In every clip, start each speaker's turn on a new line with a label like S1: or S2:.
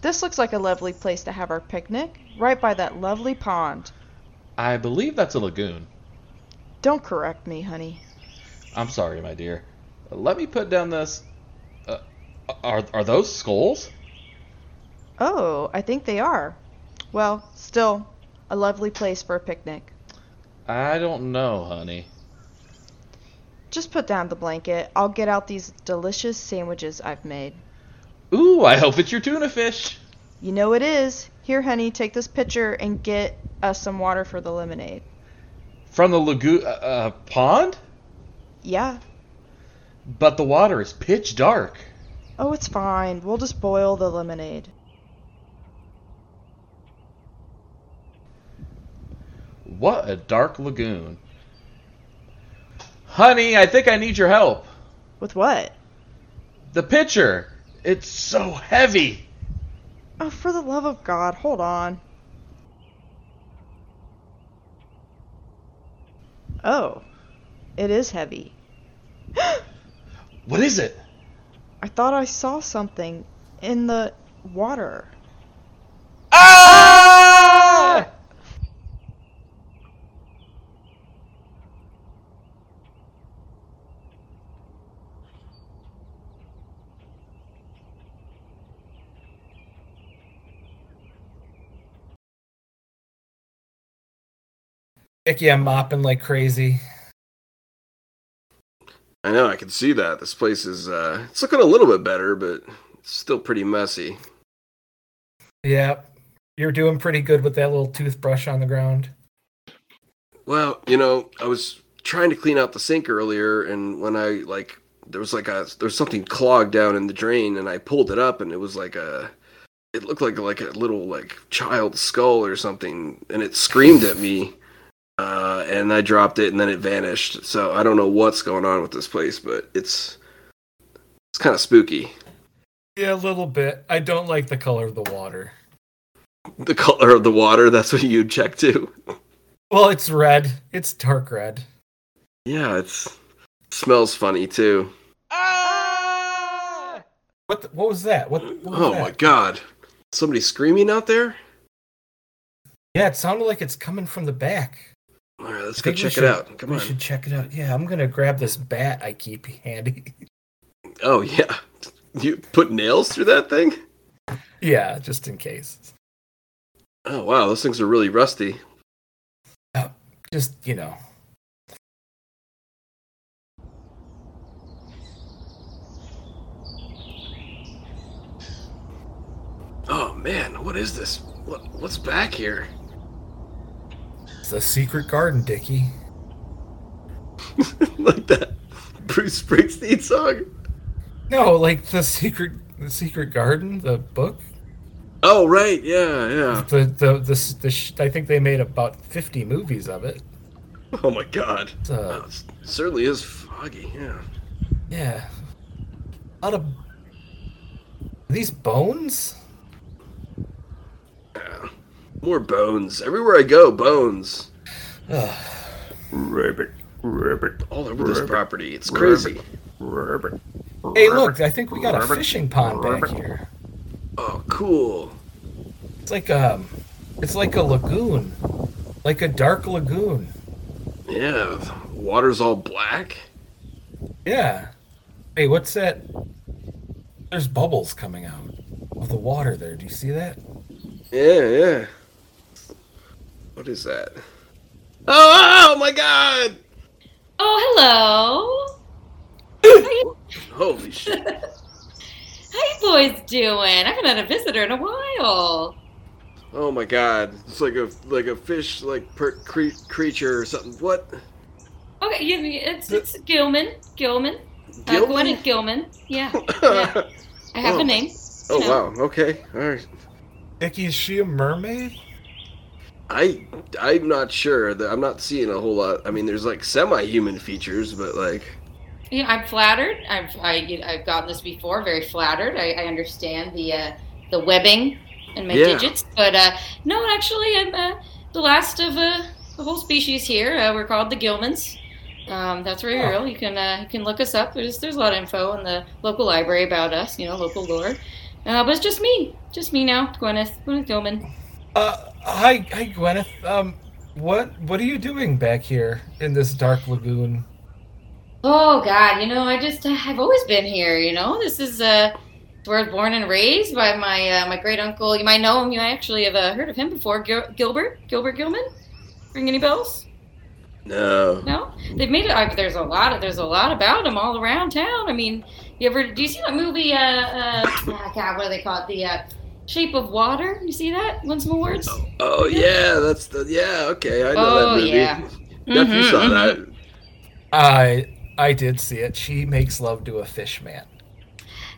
S1: This looks like a lovely place to have our picnic, right by that lovely pond.
S2: I believe that's a lagoon.
S1: Don't correct me, honey.
S2: I'm sorry, my dear. Let me put down this. Uh, are are those skulls?
S1: Oh, I think they are. Well, still, a lovely place for a picnic.
S2: I don't know, honey.
S1: Just put down the blanket. I'll get out these delicious sandwiches I've made.
S2: Ooh, I hope it's your tuna fish.
S1: You know it is. Here, honey, take this pitcher and get us some water for the lemonade.
S2: From the lagoon uh, uh, pond?
S1: Yeah.
S2: But the water is pitch dark.
S1: Oh, it's fine. We'll just boil the lemonade.
S2: What a dark lagoon. Honey, I think I need your help.
S1: With what?
S2: The pitcher. It's so heavy.
S1: Oh, for the love of God, hold on. Oh, it is heavy.
S2: What is it?
S1: I thought I saw something in the water.
S2: Ah!
S3: Vicky, I'm mopping like crazy.
S4: I know, I can see that. This place is uh it's looking a little bit better, but it's still pretty messy.
S3: Yeah, you're doing pretty good with that little toothbrush on the ground.
S4: Well, you know, I was trying to clean out the sink earlier and when I like there was like a there was something clogged down in the drain and I pulled it up and it was like a it looked like like a little like child skull or something and it screamed at me. uh, and I dropped it, and then it vanished. So I don't know what's going on with this place, but it's it's kind of spooky.
S3: Yeah, a little bit. I don't like the color of the water.
S4: The color of the water—that's what you check too.
S3: Well, it's red. It's dark red.
S4: Yeah, it's smells funny too.
S2: Ah!
S3: What? The, what was that? What? what was
S4: oh
S3: that?
S4: my god! Somebody screaming out there.
S3: Yeah, it sounded like it's coming from the back.
S4: All right, let's
S3: I
S4: go
S3: think we
S4: check
S3: should-
S4: it out. Come
S3: we
S4: on.
S3: should check it out. Yeah, I'm gonna grab this bat I keep handy.
S4: Oh yeah, you put nails through that thing?
S3: yeah, just in case.
S4: Oh wow, those things are really rusty.
S3: Uh, Just you know.
S4: Oh man, what is this? What what's back here?
S3: It's the secret garden, Dickie.
S4: like that Bruce Springsteen song?
S3: No, like the secret, the secret garden, the book.
S4: Oh right, yeah, yeah.
S3: The the this the, sh I think they made about fifty movies of it.
S4: Oh my god.
S3: So-
S4: Wow, it's- it certainly is foggy, yeah.
S3: Yeah, a lot of these bones.
S4: Yeah. More bones. Everywhere I go, bones.
S3: Ugh.
S5: Ribbit, ribbit,
S4: All over this
S5: Ribbit.
S4: property. It's
S5: Ribbit.
S4: crazy.
S5: ribbit.
S3: Hey, look! I think we got a
S5: Ribbit.
S3: fishing pond back
S5: Ribbit.
S3: here.
S4: Oh, cool.
S3: It's like um, it's like a lagoon, like a dark lagoon.
S4: Yeah. the Water's all black.
S3: Yeah. Hey, what's that? There's bubbles coming out of the water there. Do you see that?
S4: Yeah, yeah. What is that? Oh, oh my god!
S6: Oh,
S4: Holy shit.
S6: hello. How you boys doing? I haven't had a visitor in a while.
S4: Oh my god. It's like a like a fish like per- cre- creature or something. What?
S6: Okay, you, it's, it's Gilman. Gilman. Uh, Gwen
S4: Gilman?
S6: and Gilman. Yeah. yeah. I have
S4: Oh.
S6: a name.
S4: oh
S6: No.
S4: wow. Okay. All right.
S3: Vicky, is she a mermaid?
S4: I I'm not sure that I'm not seeing a whole lot. I mean, there's like semi-human features, but like
S6: Yeah, I'm flattered. I'm, I, you know, I've gotten this before. Very flattered. I, I understand the uh, the webbing and my
S4: Yeah.
S6: digits, but uh, no, actually, I'm uh, the last of uh, the whole species here. Uh, we're called the Gilmans. Um, that's very
S3: Huh.
S6: real. You can uh, you can look us up. There's there's a lot of info in the local library about us. You know, local lore. Uh, but it's just me. Just me now, Gwyneth. Gwyneth Gilman.
S3: Uh, hi, hi, Gwyneth. Um, what what are you doing back here in this dark lagoon?
S6: Oh God, you know, I just uh, I've always been here. You know, this is uh, where I was born and raised by my uh, my great uncle. You might know him. You might actually have uh, heard of him before. Gil- Gilbert Gilbert Gilman. Ring any bells?
S4: No.
S6: No. They've made it. Uh, there's a lot. Of, there's a lot about him all around town. I mean, you ever do you see that movie? Uh, uh ah, God, what do they call it? The uh, Shape of Water. You see that? Once more words.
S4: Oh yeah, that's the yeah. Okay, I know
S6: Oh,
S4: that movie.
S6: yeah.
S4: Nephew
S6: Mhm,
S4: saw
S6: mhm.
S4: that.
S3: I I did see it. She makes love to a fish man.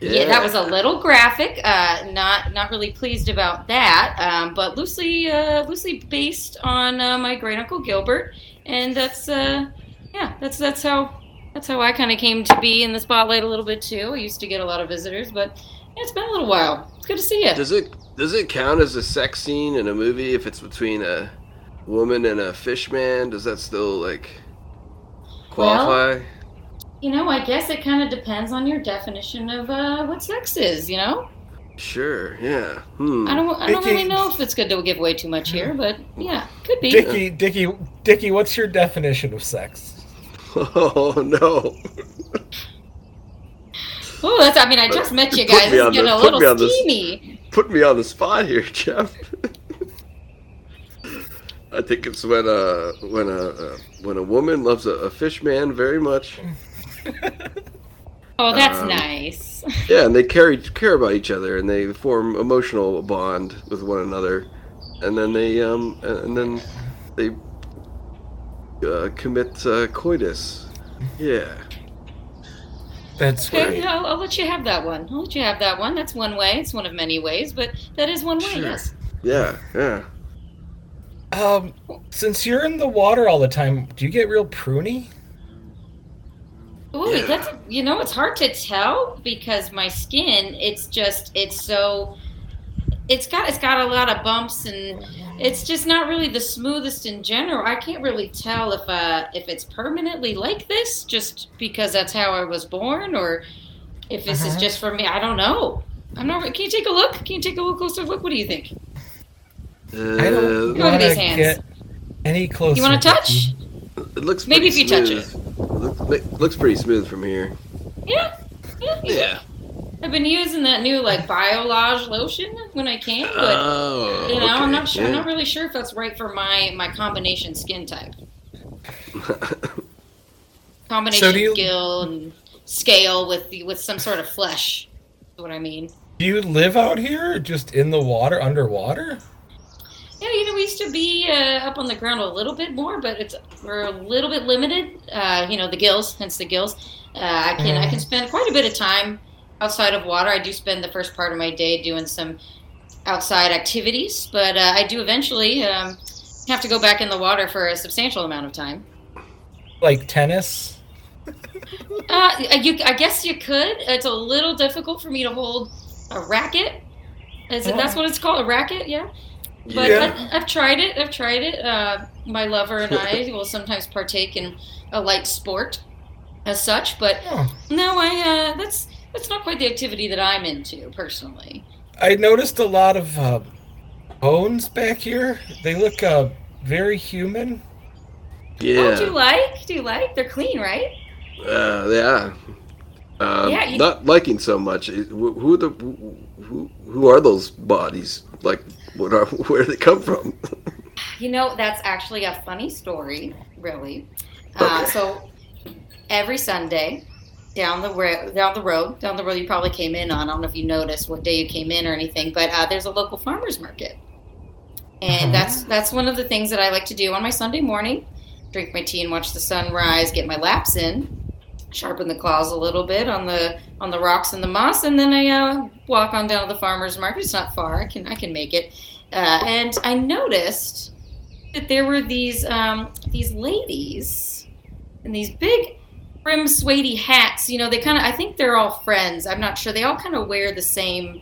S6: Yeah. that was a little graphic. Uh, not not really pleased about that, um, but loosely uh, loosely based on uh, my great uncle Gilbert, and that's uh, yeah, that's that's how that's how I kind of came to be in the spotlight a little bit too. I used to get a lot of visitors, but yeah, it's been a little while. It's good to see you.
S4: Does it does it count as a sex scene in a movie if it's between a woman and a fish man? Does that still like qualify?
S6: you know, I guess it kind of depends on your definition of uh, what sex is. You know,
S4: sure. Yeah. Hmm.
S6: I don't I don't
S3: Vicky.
S6: really know if it's good to give away too much here, but yeah, could be.
S3: Dicky, Dicky, Dicky. What's your definition of sex?
S4: Oh no.
S6: Oh, that's. I mean, I just met you
S4: Put
S6: guys.
S4: me
S6: It's
S4: on
S6: getting
S4: this-
S6: a
S4: put
S6: little
S4: me on this.
S6: steamy.
S4: Put me on the spot here, Jeff. I think it's when a when a uh, when a woman loves a, a fish man very much.
S6: Oh, that's
S4: Um,
S6: nice.
S4: Yeah, and they carry care about each other, and they form emotional bond with one another, and then they um and then they uh, commit uh, coitus. Yeah,
S3: That's
S6: Okay,
S3: right.
S6: I'll, I'll let you have that one. I'll let you have that one. That's one way. It's one of many ways, but that is one way.
S4: Sure.
S6: Yes.
S4: yeah, yeah.
S3: Um, since you're in the water all the time, do you get real pruny?
S6: Ooh,
S4: Yeah.
S6: that's you know, it's hard to tell because my skin. It's just it's so. It's got it's got a lot of bumps and it's just not really the smoothest in general. I can't really tell if uh if it's permanently like this just because that's how I was born or if this is
S3: Uh-huh.
S6: just for me. I don't know. I'm not. Can you take a look? Can you take a little closer look? What do you think?
S4: Uh,
S3: I don't
S6: Look at
S3: want
S6: these
S3: to
S6: hands.
S3: get any closer.
S6: You want to touch?
S3: Dicky.
S4: it looks
S6: Maybe
S4: pretty
S6: if you touch
S4: smooth. Looks, looks pretty smooth from here.
S6: Yeah. yeah.
S4: Yeah.
S6: I've been using that new like Biolage lotion when I can, but
S4: Oh.
S6: you know, I'm not sure.
S4: okay,
S6: I'm not really sure if that's right for my my combination skin type,
S4: yeah.
S6: combination
S3: So do you-
S6: gill and scale with the, with some sort of flesh. is What I mean.
S3: Do you live out here, just in the water, underwater?
S6: Yeah, you know, we used to be uh, up on the ground a little bit more, but it's we're a little bit limited. Uh, you know, the gills, hence the gills. Uh, I can I can spend quite a bit of time outside of water. I do spend the first part of my day doing some outside activities, but uh, I do eventually um, have to go back in the water for a substantial amount of time.
S3: Like tennis?
S6: Uh, you, I guess you could. It's a little difficult for me to hold a racket. Is it, that's what it's called, a racket? Yeah. But
S4: yeah.
S6: I, I've tried it. I've tried it. Uh, my lover and I will sometimes partake in a light sport, as such. But
S3: Oh.
S6: no, I uh, that's that's not quite the activity that I'm into personally.
S3: I noticed a lot of uh, bones back here. They look uh, very human.
S6: Oh, do you
S4: Yeah.
S6: like? Do you like? They're clean, right?
S4: Uh, yeah. Um,
S6: Yeah, you-
S4: Not liking so much. It- Who, who the who, who- who are those bodies? Like, what are where do they come from?
S6: You know, that's actually a funny story, really. Uh,
S4: Okay.
S6: so every Sunday, down the road, down the road, down the road you probably came in on. I don't know if you noticed what day you came in or anything, but uh, there's a local farmers market, and
S3: Mhm.
S6: that's that's one of the things that I like to do on my Sunday morning: drink my tea and watch the sunrise, get my laps in, sharpen the claws a little bit on the on the rocks and the moss, and then I uh, walk on down to the farmers market. It's not far; I can I can make it. Uh, and I noticed that there were these um, these ladies in these big brim suede hats. You know, they kind of I think they're all friends. I'm not sure. They all kind of wear the same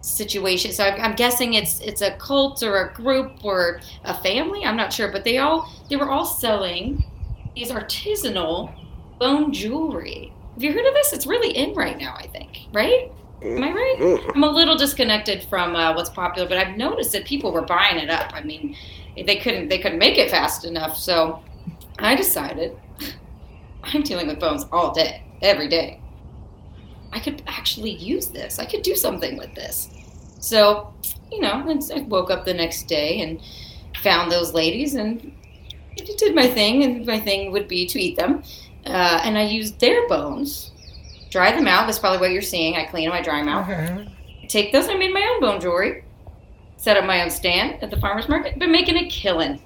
S6: situation. So I'm, I'm guessing it's it's a cult or a group or a family. I'm not sure, but they all they were all selling these artisanal bone jewelry. Have you heard of this? It's really in right now, I think. Right? Am I right?
S4: Mm.
S6: I'm a little disconnected from uh, what's popular, but I've noticed that people were buying it up. I mean, they couldn't they couldn't make it fast enough, so I decided I'm dealing with bones all day, every day. I could actually use this. I could do something with this. So, you know, and so I woke up the next day and found those ladies and I just did my thing, and my thing would be to eat them. Uh, and I used their bones, dry them out. That's probably what you're seeing. I clean them, I dry them out take those. I made my own bone jewelry. Set up my own stand at the farmer's market. Been making a killing.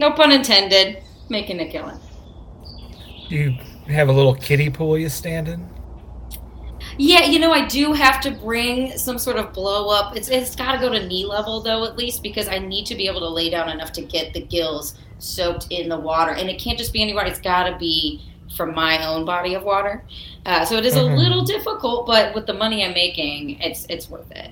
S6: No pun intended. Making a killing.
S3: Do you have a little kiddie pool you stand in?
S6: Yeah, you know, I do have to bring some sort of blow up. It's it's got to go to knee level though, at least because I need to be able to lay down enough to get the gills soaked in the water, and it can't just be any water. It's got to be from my own body of water. Uh, so it is
S3: Mhm.
S6: a little difficult, but with the money I'm making, it's it's worth it.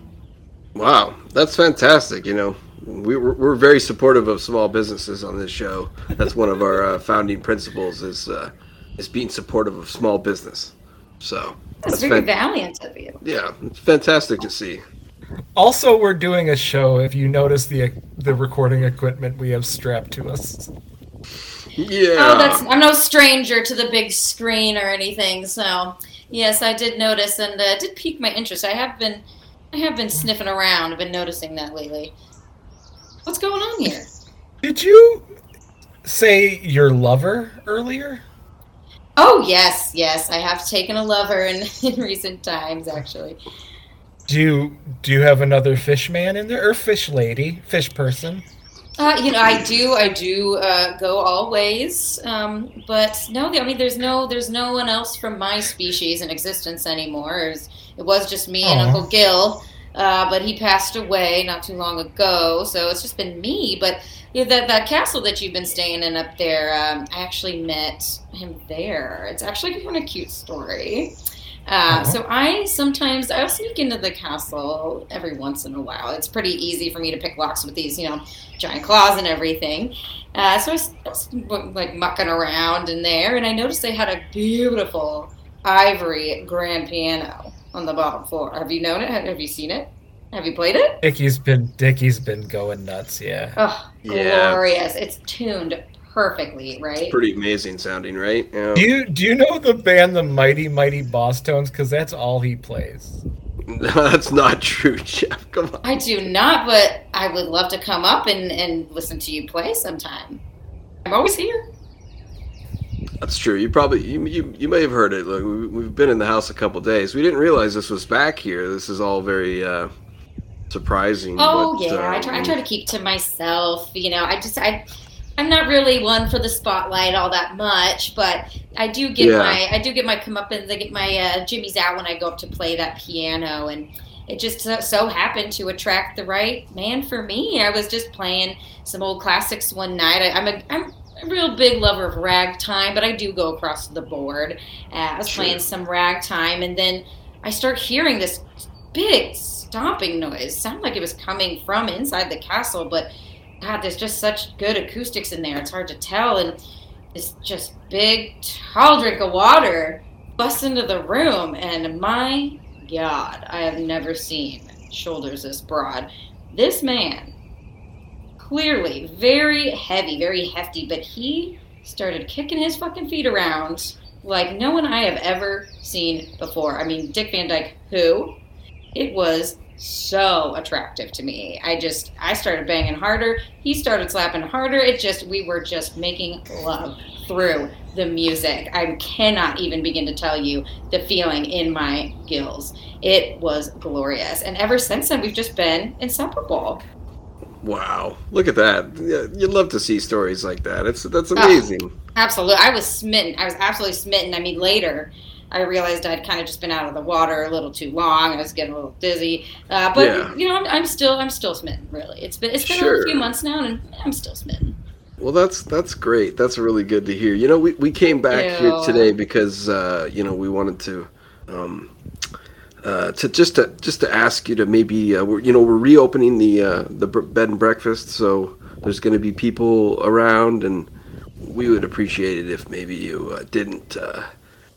S4: Wow, that's fantastic. You know, we, we're, we're very supportive of small businesses on this show. That's one of our uh, founding principles is uh, is being supportive of small business. So
S6: That's,
S4: that's
S6: very
S4: fan-
S6: valiant of you.
S4: yeah, it's fantastic to see.
S3: Also, we're doing a show. If you notice the the recording equipment we have strapped to us,
S4: Yeah.
S6: Oh, that's I'm no stranger to the big screen or anything. So yes, I did notice, and uh, it did pique my interest. I have been, I have been sniffing around. I've been noticing that lately. What's going on here?
S3: did you say your lover earlier?
S6: Oh yes, yes, I have taken a lover in, in recent times, actually.
S3: Do you do you have another fish man in there or fish lady, fish person?
S6: Uh, you know, I do, I do uh, go all ways, um, but no, I mean, there's no, there's no one else from my species in existence anymore. It was, it was just me and
S3: Aw.
S6: Uncle Gil, uh, but he passed away not too long ago, so it's just been me. But you know, that that castle that you've been staying in up there, um, I actually met him there. It's actually kind of a cute story. Uh,
S3: Aw.
S6: so I sometimes I'll sneak into the castle every once in a while. It's pretty easy for me to pick locks with these, you know, giant claws and everything. Uh, so I was, I was like mucking around in there, and I noticed they had a beautiful ivory grand piano on the bottom floor. Have you known it? Have have you seen it? Have you played it?
S3: Dicky's been Dicky's been going nuts. Yeah.
S6: Oh,
S4: Yeah.
S6: glorious! It's tuned perfectly, right?
S4: pretty amazing sounding, right? Yeah.
S3: Do you do you know the band the Mighty Mighty Boss Tones? Because that's all he plays.
S4: that's not true, Jeff. Come on.
S6: I do not, but I would love to come up and, and listen to you play sometime. I'm always here.
S4: That's true. You probably you you, you may have heard it. Look, we, we've been in the house a couple days. We didn't realize this was back here. This is all very uh, surprising.
S6: Oh
S4: but,
S6: yeah, I
S4: um,
S6: try. I try to keep to myself. You know, I just I, I'm not really one for the spotlight all that much, but I do get
S4: Yeah.
S6: my I do get my comeuppance. I get my uh, jimmies out when I go up to play that piano, and it just so, so happened to attract the right man for me. I was just playing some old classics one night. I, I'm a I'm a real big lover of ragtime, but I do go across the board. Uh, I was
S4: Sure.
S6: playing some ragtime, and then I start hearing this big stomping noise. Sounded like it was coming from inside the castle, but God, there's just such good acoustics in there. It's hard to tell. And this just big tall drink of water busts into the room, and my God, I have never seen shoulders this broad. This man, clearly very heavy, very hefty, but he started kicking his fucking feet around like no one I have ever seen before. I mean, Dick Van Dyke, who? It was so attractive to me. I just, I started banging harder. He started slapping harder. It just, we were just making love through the music. I cannot even begin to tell you the feeling in my gills. It was glorious. And ever since then, we've just been inseparable.
S4: Wow, look at that! Yeah, you'd love to see stories like that. It's that's
S6: Ah.
S4: amazing.
S6: Absolutely. I was smitten. I was absolutely smitten. I mean, later I realized I'd kind of just been out of the water a little too long. I was getting a little dizzy. Uh, but
S4: Yeah.
S6: you know, I'm, I'm still I'm still smitten. Really, it's been it's been a
S4: Sure.
S6: few months now, and I'm still smitten.
S4: Well, that's that's great. That's really good to hear. You know, we, we came back
S6: Yeah.
S4: here today because uh, you know we wanted to, um, uh, to just to just to ask you to maybe uh, we're, you know we're reopening the uh, the br- bed and breakfast, so there's going to be people around, and we would appreciate it if maybe you uh, didn't uh,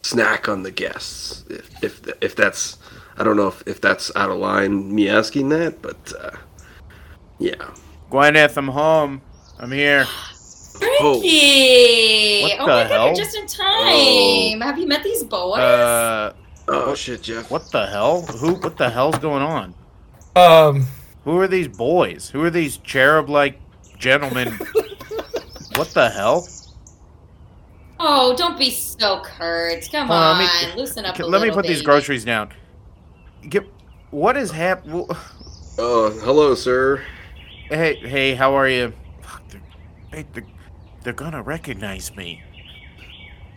S4: snack on the guests. If if, if that's I don't know if, if that's out of line me asking that, but uh, yeah.
S7: Gwyneth, I'm home. I'm here.
S6: Ricky! oh
S7: What the
S6: my god,
S7: hell?
S6: you're just in time. Have you met these boys?
S7: Uh,
S4: Oh shit, Jeff.
S7: what the hell? Who? What the hell's going on?
S3: Um,
S7: Who are these boys? Who are these cherub-like gentlemen? what the hell?
S6: oh, don't be so curt. Come
S7: Hold
S6: on,
S7: on, let me-
S6: loosen up.
S7: Okay,
S6: a
S7: let me
S6: little,
S7: put these
S6: baby.
S7: groceries down. Get. What is hap? w-
S4: Oh, hello, sir.
S7: Hey, hey, how are you? Fuck, they're, they, they're, they're gonna recognize me.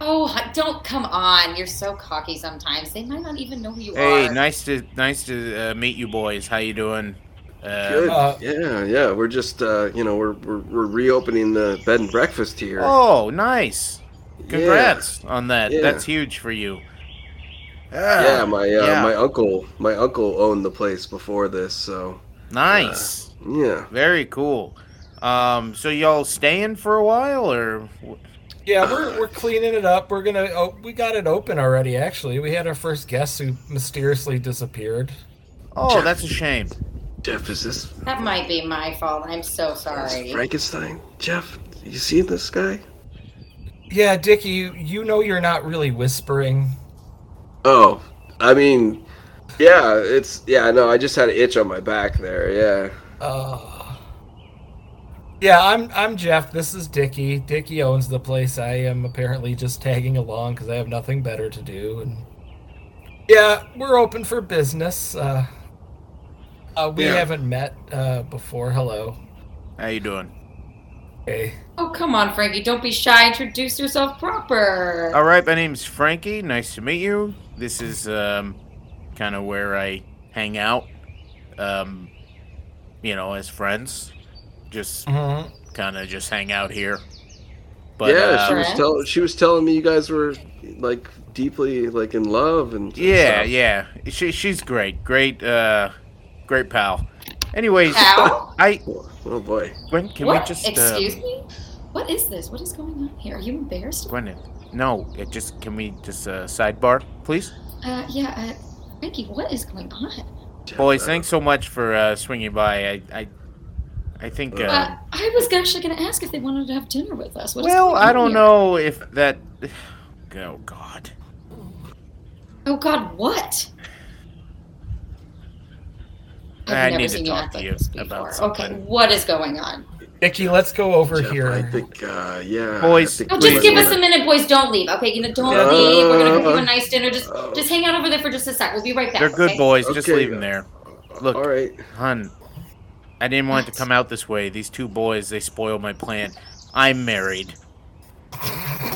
S6: Oh, h- don't come on. You're so cocky sometimes. They might not even know who you
S7: Hey,
S6: are.
S7: nice to nice to uh, meet you, boys. How you doing? Uh,
S4: Good.
S3: Uh,
S4: yeah, yeah. We're just uh, you know we're, we're we're reopening the bed and breakfast here.
S7: Oh, nice. Congrats on that.
S4: Yeah.
S7: That's huge for you.
S4: Yeah,
S7: Ah,
S4: yeah my uh,
S7: yeah.
S4: my uncle my uncle owned the place before this, so
S7: nice.
S4: yeah.
S7: Very cool. Um, so y'all staying for a while or
S3: yeah, we're, we're cleaning it up. We're gonna. Oh, we got it open already. Actually, we had our first guest who mysteriously disappeared.
S7: Oh, that's a shame.
S4: Jeff, is this
S6: That might be my fault. I'm so sorry.
S4: is Frankenstein? Jeff, you see this guy?
S3: Yeah, Dickie, you, you know you're not really whispering.
S4: Oh, I mean, yeah, it's yeah. No, I just had an itch on my back there. Yeah.
S3: Uh, yeah, I'm I'm Jeff. This is Dickie. Dickie owns the place. I am apparently just tagging along because I have nothing better to do. And yeah, we're open for business. Uh, uh, we
S4: Yeah.
S3: haven't met uh, before. Hello.
S7: How you doing?
S3: Hey.
S6: Oh, come on, Frankie. Don't be shy. Introduce yourself proper.
S7: All right, my name's Frankie. Nice to meet you. This is um, kind of where I hang out. Um, you know, as friends, just
S4: Mm-hmm.
S3: Mhm.
S7: kind of just hang out here. But
S4: yeah,
S7: uh,
S4: she was
S6: Friends?
S4: telling she was telling me you guys were like deeply like in love and and
S7: Yeah,
S4: stuff.
S7: yeah. She she's great. Great uh great pal. Anyways,
S6: Ow.
S7: I
S4: Oh boy.
S7: Gwen, can
S6: what?
S7: we just
S6: Excuse
S7: uh,
S6: me? What is this? What is going on here? Are you embarrassed?
S7: Gwyneth. No, it just can we just uh, sidebar, please?
S6: Uh, yeah, uh, Frankie, what is going on?
S4: Jeff,
S7: Boys,
S4: I-
S7: thanks so much for uh, swinging by. I I, I think.
S4: Uh,
S7: Uh,
S6: Uh, I was actually going to ask if they wanted to have dinner with us. What is
S7: well,
S6: going on
S7: I don't
S6: here?
S7: know if that. Oh God.
S6: Oh, God, what? I've
S7: I
S6: never
S7: need to
S6: seen
S7: talk
S6: act
S7: to
S6: like
S7: you
S6: this
S7: about
S6: before. Okay,
S7: something.
S6: what is going on?
S3: Dickie, let's go over
S4: Jeff,
S3: here.
S4: I think uh yeah.
S7: Boys,
S4: I think
S6: Oh,
S4: we
S6: just
S4: might
S6: give
S4: wanna-
S6: us a minute, boys. Don't leave. Okay, you know, don't
S4: Yeah.
S6: leave. We're gonna cook you a nice dinner. Just,
S4: Uh,
S6: just hang out over there for just a sec. We'll be right back.
S7: They're good
S6: okay?
S7: boys. Just
S4: Okay.
S7: leave them there, Look.
S4: All right.
S7: hun. I didn't want it to come out this way. These two boys, they spoil my plan. I'm married.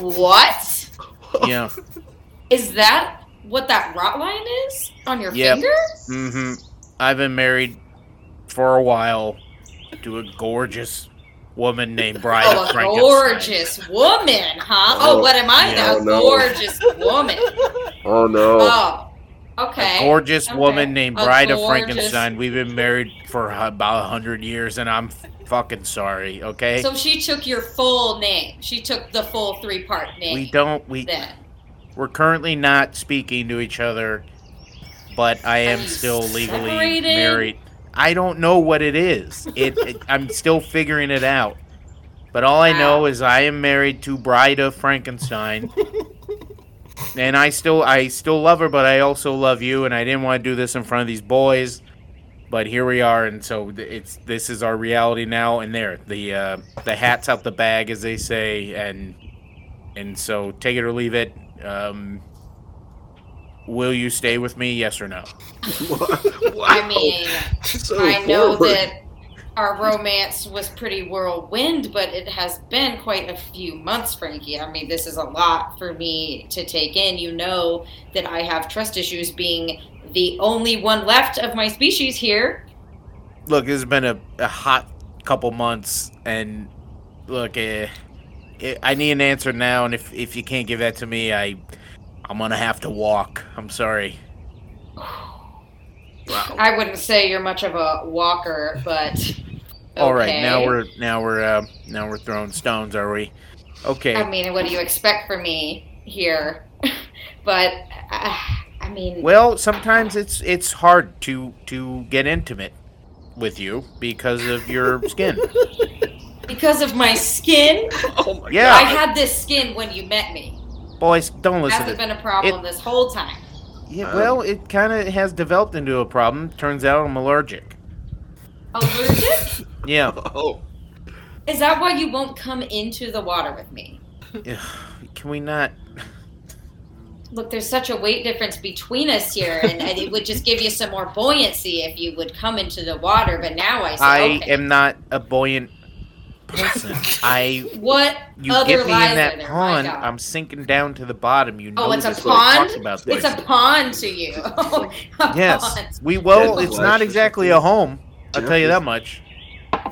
S6: What Oh.
S7: Yeah.
S6: is that? What that rot line is on your
S7: Yep.
S6: finger?
S7: Mm-hmm. I've been married for a while to a gorgeous woman named Bride
S6: Oh,
S7: of
S6: a
S7: Frankenstein.
S6: gorgeous woman, huh? Oh,
S4: Oh,
S6: what am I
S7: yeah.
S6: now?
S4: Oh, no.
S6: Gorgeous woman.
S4: Oh no.
S6: Oh, okay.
S7: A gorgeous
S6: Okay.
S7: woman named
S6: A
S7: Bride of
S6: gorgeous-
S7: Frankenstein. We've been married for h- about a hundred years, and I'm f- fucking sorry. Okay,
S6: So she took your full name. She took the full three part name.
S7: we don't. We
S6: Then.
S7: we're currently not speaking to each other, but I am
S6: you
S7: still legally
S6: separated?
S7: married. I don't know what it is. It, it I'm still figuring it out. But all I know
S6: Wow.
S7: is I am married to Bride of Frankenstein. and I still I still love her, but I also love you and I didn't want to do this in front of these boys. But here we are and so th- it's this is our reality now and there. The uh, the hat's out the bag as they say and and so take it or leave it. Um, will you stay with me? Yes or no?
S4: wow.
S6: I mean,
S4: So
S6: I know
S4: forward.
S6: that our romance was pretty whirlwind, but it has been quite a few months, Frankie. I mean, this is a lot for me to take in. You know that I have trust issues being the only one left of my species here.
S7: Look, this has been a, a hot couple months, and look, eh, eh, I need an answer now. And if if you can't give that to me, I I'm gonna have to walk. I'm sorry.
S6: I wouldn't say you're much of a walker, but.
S7: All right, now
S6: okay.
S7: we're now we're uh, now we're throwing stones, are we? Okay.
S6: I mean, what do you expect from me here? But uh, I mean,
S7: Well, sometimes it's it's hard to to get intimate with you because of your skin.
S6: because of my skin,
S4: Oh my
S6: I
S7: Yeah,
S6: had this skin when you met me.
S7: boys, don't listen to
S6: Hasn't been a problem this whole time.
S7: Yeah, well, it kind of has developed into a problem. Turns out I'm allergic.
S6: Allergic?
S7: Yeah.
S4: god. Oh.
S6: Is that why you won't come into the water with me?
S7: Can we not?
S6: Look, there's such a weight difference between us here, and, and it would just give you some more buoyancy if you would come into the water. But now I say,
S7: I
S6: okay.
S7: am not a buoyant person. I.
S6: What
S7: You
S6: other
S7: get me
S6: lies
S7: in
S6: are
S7: that
S6: there? My
S7: pond,
S6: God.
S7: I'm sinking down to the bottom. You know
S6: Oh, it's a
S7: this when we
S6: pond.
S7: talk About this.
S6: It's a pond to you. A pond.
S7: yes. We well,
S4: Dead
S7: it's
S4: flesh
S7: not
S4: or
S7: exactly
S4: something.
S7: a home. I'll
S4: Yeah.
S7: tell you that much.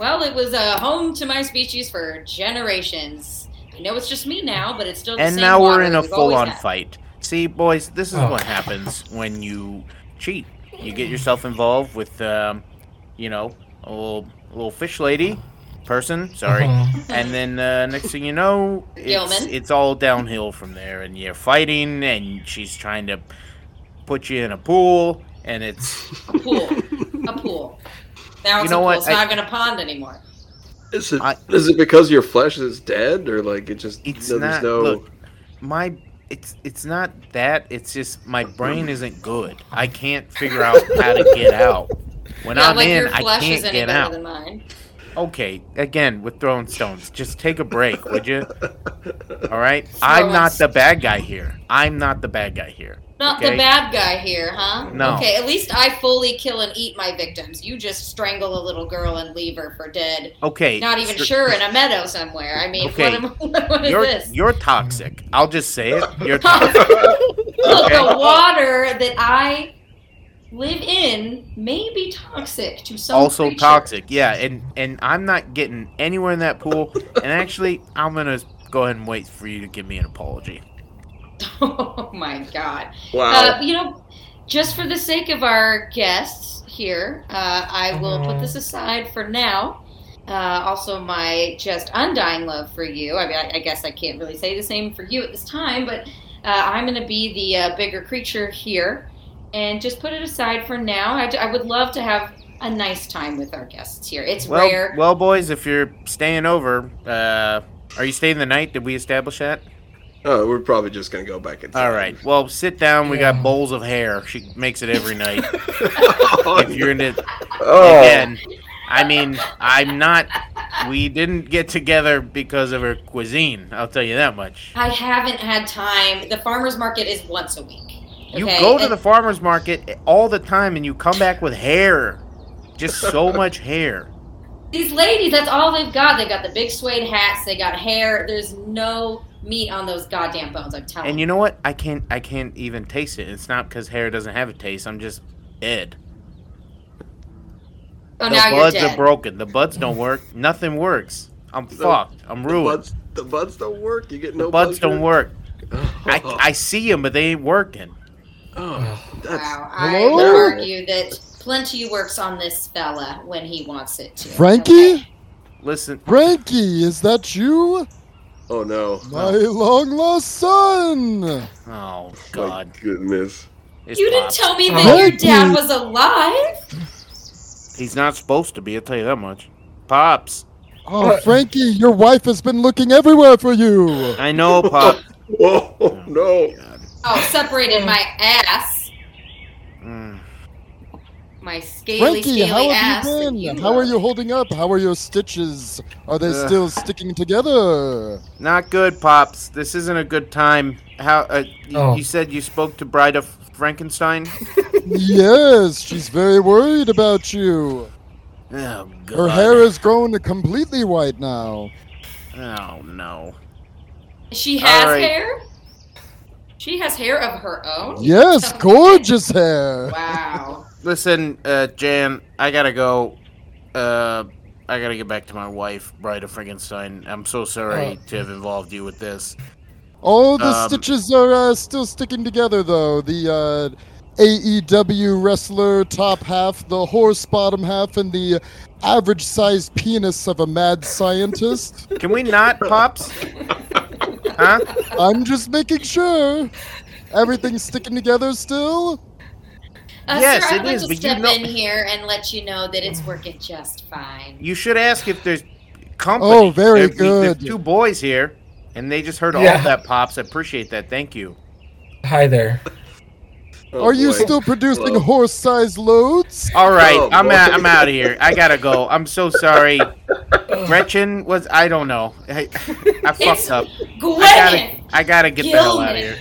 S6: Well, it was a home to my species for generations. I know it's just me now, but it's still the
S7: And
S6: same
S7: now we're
S6: water
S7: in
S6: that
S7: a
S6: we've always
S7: full-on
S6: had.
S7: fight. See, boys, this is
S3: Oh.
S7: what happens when you cheat. You get yourself involved with, um, you know, a little, a little fish lady person. Sorry.
S3: Mhm.
S7: and then uh, next thing you know, it's,
S6: Gilman?
S7: it's all downhill from there. And you're fighting, and she's trying to put you in a pool, and it's
S6: A pool. A pool. Now
S7: You
S6: it's
S7: know
S6: a pool.
S7: what?
S6: It's
S7: I-
S6: not going to pond anymore.
S4: Is it? Is
S7: I-
S4: it because your flesh is dead, or like it just
S7: it's
S4: no,
S7: not.
S4: there's no?
S7: Look, my it's it's not that. It's just my brain isn't good. I can't figure out how to get out. When
S6: Not
S7: I'm
S6: like
S7: in,
S6: your
S7: I
S6: flesh is
S7: can't
S6: any
S7: get
S6: better
S7: out.
S6: than mine.
S7: Okay, again with throwing stones. Just take a break, would you? All right. I'm not the bad guy here. I'm not the bad guy here.
S6: Not
S7: okay?
S6: the bad guy here, huh?
S7: No.
S6: Okay, at least I fully kill and eat my victims. You just strangle a little girl and leave her for dead.
S7: Okay.
S6: Not even
S7: str-
S6: sure in a meadow somewhere. I mean,
S7: Okay.
S6: what, am, what is
S7: You're
S6: this?
S7: you're toxic. I'll just say it. You're toxic.
S6: Look,
S7: Okay.
S6: the water that I live in may be toxic to some
S7: also
S6: creature.
S7: toxic. Yeah, and and I'm not getting anywhere in that pool. and actually, I'm gonna go ahead and wait for you to give me an apology.
S6: oh my god.
S4: wow.
S6: Uh, you know, just for the sake of our guests here, uh, I will
S7: Mm-hmm.
S6: put this aside for now. Uh, also, my just undying love for you. I mean, I, I guess I can't really say the same for you at this time, but uh, I'm going to be the uh, bigger creature here and just put it aside for now. I, I would love to have a nice time with our guests here. It's
S7: Well,
S6: rare.
S7: well, boys, if you're staying over, uh, are you staying the night? Did we establish that?
S4: oh, we're probably just gonna go back inside.
S7: All right. Well, sit down. We got
S3: Yeah.
S7: bowls of hair. She makes it every night.
S4: oh,
S7: if you're in it
S4: oh.
S7: again, I mean, I'm not. We didn't get together because of her cuisine. I'll tell you that much.
S6: I haven't had time. The farmer's market is once a week.
S7: You
S6: okay?
S7: go to
S6: And-
S7: the farmer's market all the time and you come back with hair. Just so much hair.
S6: These ladies, that's all they've got. They've got the big suede hats, they got hair. There's no meat on those goddamn bones, I'm telling
S7: And you know what? I can't I can't even taste it. It's not cuz hair doesn't have a taste. I'm just dead.
S6: Oh,
S7: the
S6: now you're
S7: buds
S6: dead.
S7: are broken. The buds don't work. Nothing works. I'm fucked. I'm
S4: the
S7: ruined.
S4: buds, the buds don't work. You get
S7: The
S4: no
S7: buds
S4: pleasure?
S7: don't work.
S4: Oh,
S7: I I see them but they ain't working.
S4: oh, that's
S6: wow, I
S8: Hello?
S6: would argue that plenty works on this fella when he wants it to.
S8: Frankie?
S6: okay?
S7: Listen,
S8: Frankie, is that you?
S4: oh no.
S8: My long lost son!
S7: oh
S4: My
S7: god.
S4: goodness.
S7: It's
S6: You didn't
S7: Pop.
S6: tell me that your
S8: Frankie.
S6: dad was alive.
S7: He's not supposed to be. I'll tell you that much. Pops.
S8: Oh, Frankie, your wife has been looking everywhere for you!
S7: I know, Pop.
S4: Whoa, no.
S6: Oh, separated my ass.
S7: Mm.
S6: My scaly,
S8: Frankie,
S6: scaly
S8: how
S6: ass.
S8: have you
S6: that
S8: been? how are
S6: love.
S8: you holding up? How are your stitches? Are they
S7: Ugh.
S8: still sticking together?
S7: Not good, pops. This isn't a good time. How uh, you,
S3: Oh.
S7: you said you spoke to Bride of Frankenstein?
S8: yes, she's very worried about you.
S7: Oh god.
S8: Her hair has grown completely white now.
S7: Oh no.
S6: She has
S7: All right.
S6: hair? She has hair of her own?
S8: Yes,
S6: Okay.
S8: gorgeous hair.
S6: Wow.
S7: Listen, uh, Jan, I gotta go. Uh, I gotta get back to my wife, Bride of Frankenstein. I'm so sorry
S8: Oh.
S7: to have involved you with this.
S8: All the
S7: Um,
S8: stitches are uh, still sticking together, though. The uh, AEW wrestler top half, the horse bottom half, and the average sized penis of a mad scientist.
S7: Can we not, pops? huh?
S8: I'm just making sure. Everything's sticking together still?
S6: Uh,
S7: Yes,
S6: sir, I'd
S7: it
S6: like
S7: is,
S6: to
S7: but you
S6: step
S7: know-
S6: in here and let you know that it's working just fine.
S7: You should ask if there's company.
S8: Oh,
S7: There-
S8: very
S7: we- there's
S8: good.
S7: two boys here, and they just heard all
S3: Yeah.
S7: that, pops. I appreciate that. Thank you.
S3: Hi there.
S4: Oh,
S8: Are you
S4: boy.
S8: still producing
S4: Hello.
S8: horse sized loads?
S7: All right,
S4: Oh,
S7: I'm
S4: boy.
S7: out. I'm out of here. I gotta go. I'm so sorry. Gretchen was. I don't know. I, I fucked
S6: It's-
S7: up.
S6: Gwen!
S7: I gotta. I gotta get the hell out
S6: Gilman.
S7: of here.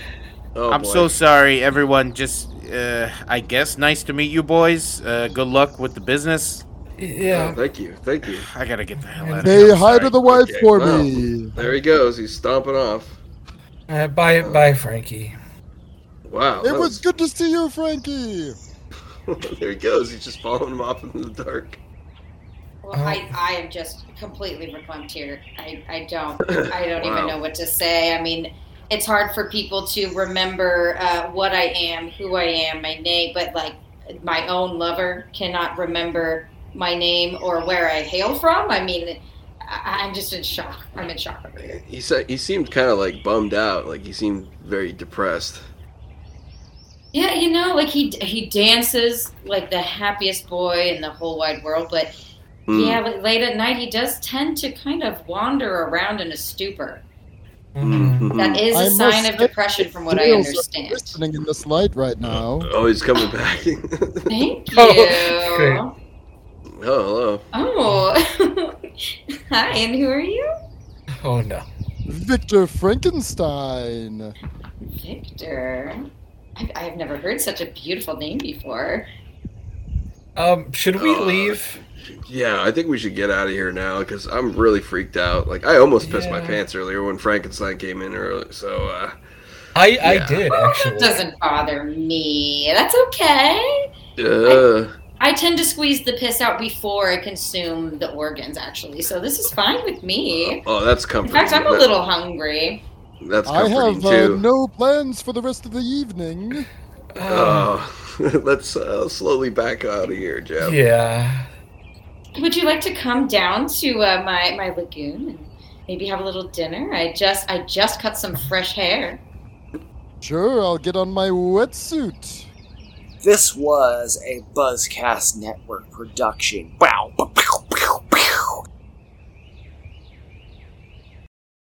S4: Oh,
S7: I'm
S4: boy.
S7: so sorry, everyone. Just, uh, I guess, nice to meet you boys. Uh, good luck with the business.
S4: Oh,
S3: Yeah.
S4: thank you, thank you.
S7: I gotta get the hell out of here.
S8: Say
S7: I'm
S8: hi to
S7: sorry.
S8: the wife
S4: Okay,
S8: for
S4: wow.
S8: me.
S4: There he goes. He's stomping off.
S3: Uh, bye, bye, Frankie.
S4: Wow.
S8: It
S4: that
S8: was good to see you, Frankie.
S4: there he goes. He's just following him off into the dark.
S6: Well, I, I am just completely verklempt here. I, I don't I don't
S4: Wow.
S6: even know what to say. I mean, it's hard for people to remember uh, what I am, who I am, my name, but like my own lover cannot remember my name or where I hail from. I mean, I, I'm just in shock. I'm in shock over here.
S4: He said he seemed kind of like bummed out. Like he seemed very depressed.
S6: Yeah, you know, like he he dances like the happiest boy in the whole wide world, but
S4: Hmm.
S6: yeah, like, late at night he does tend to kind of wander around in a stupor.
S3: Mhm.
S4: Mhm.
S6: That is a
S8: I must
S6: sign of
S8: say,
S6: depression, from what I
S8: Feels
S6: understand.
S8: Listening in this light right now.
S4: Oh, he's coming back.
S6: Thank you.
S3: Oh,
S6: Oh,
S4: oh, hello.
S6: hi, and who are you?
S3: Oh no.
S8: Victor Frankenstein.
S6: Victor. I, I've never heard such a beautiful name before.
S3: Um, should we
S4: Uh,
S3: leave?
S4: Yeah, I think we should get out of here now because I'm really freaked out. Like I almost pissed my
S3: Yeah.
S4: pants earlier when Frankenstein came in earlier. So uh,
S3: I
S4: yeah.
S3: I did
S6: That
S3: actually.
S6: doesn't bother me. That's okay.
S4: uh,
S6: I tend to squeeze the piss out before I consume the organs, actually, so this is fine with me.
S4: oh, that's
S6: In
S4: comforting.
S6: fact, I'm a
S4: That-
S6: little hungry.
S4: That's
S8: I
S4: comforting
S8: have uh,
S4: too.
S8: no plans for the rest of the evening.
S3: Uh,
S4: Oh, let's uh, slowly back out of here, Jeff.
S3: yeah.
S6: Would you like to come down to uh, my my lagoon and maybe have a little dinner? I just I just cut some fresh hair.
S8: Sure, I'll get on my wetsuit.
S9: This was a Buzzcast Network production. Wow.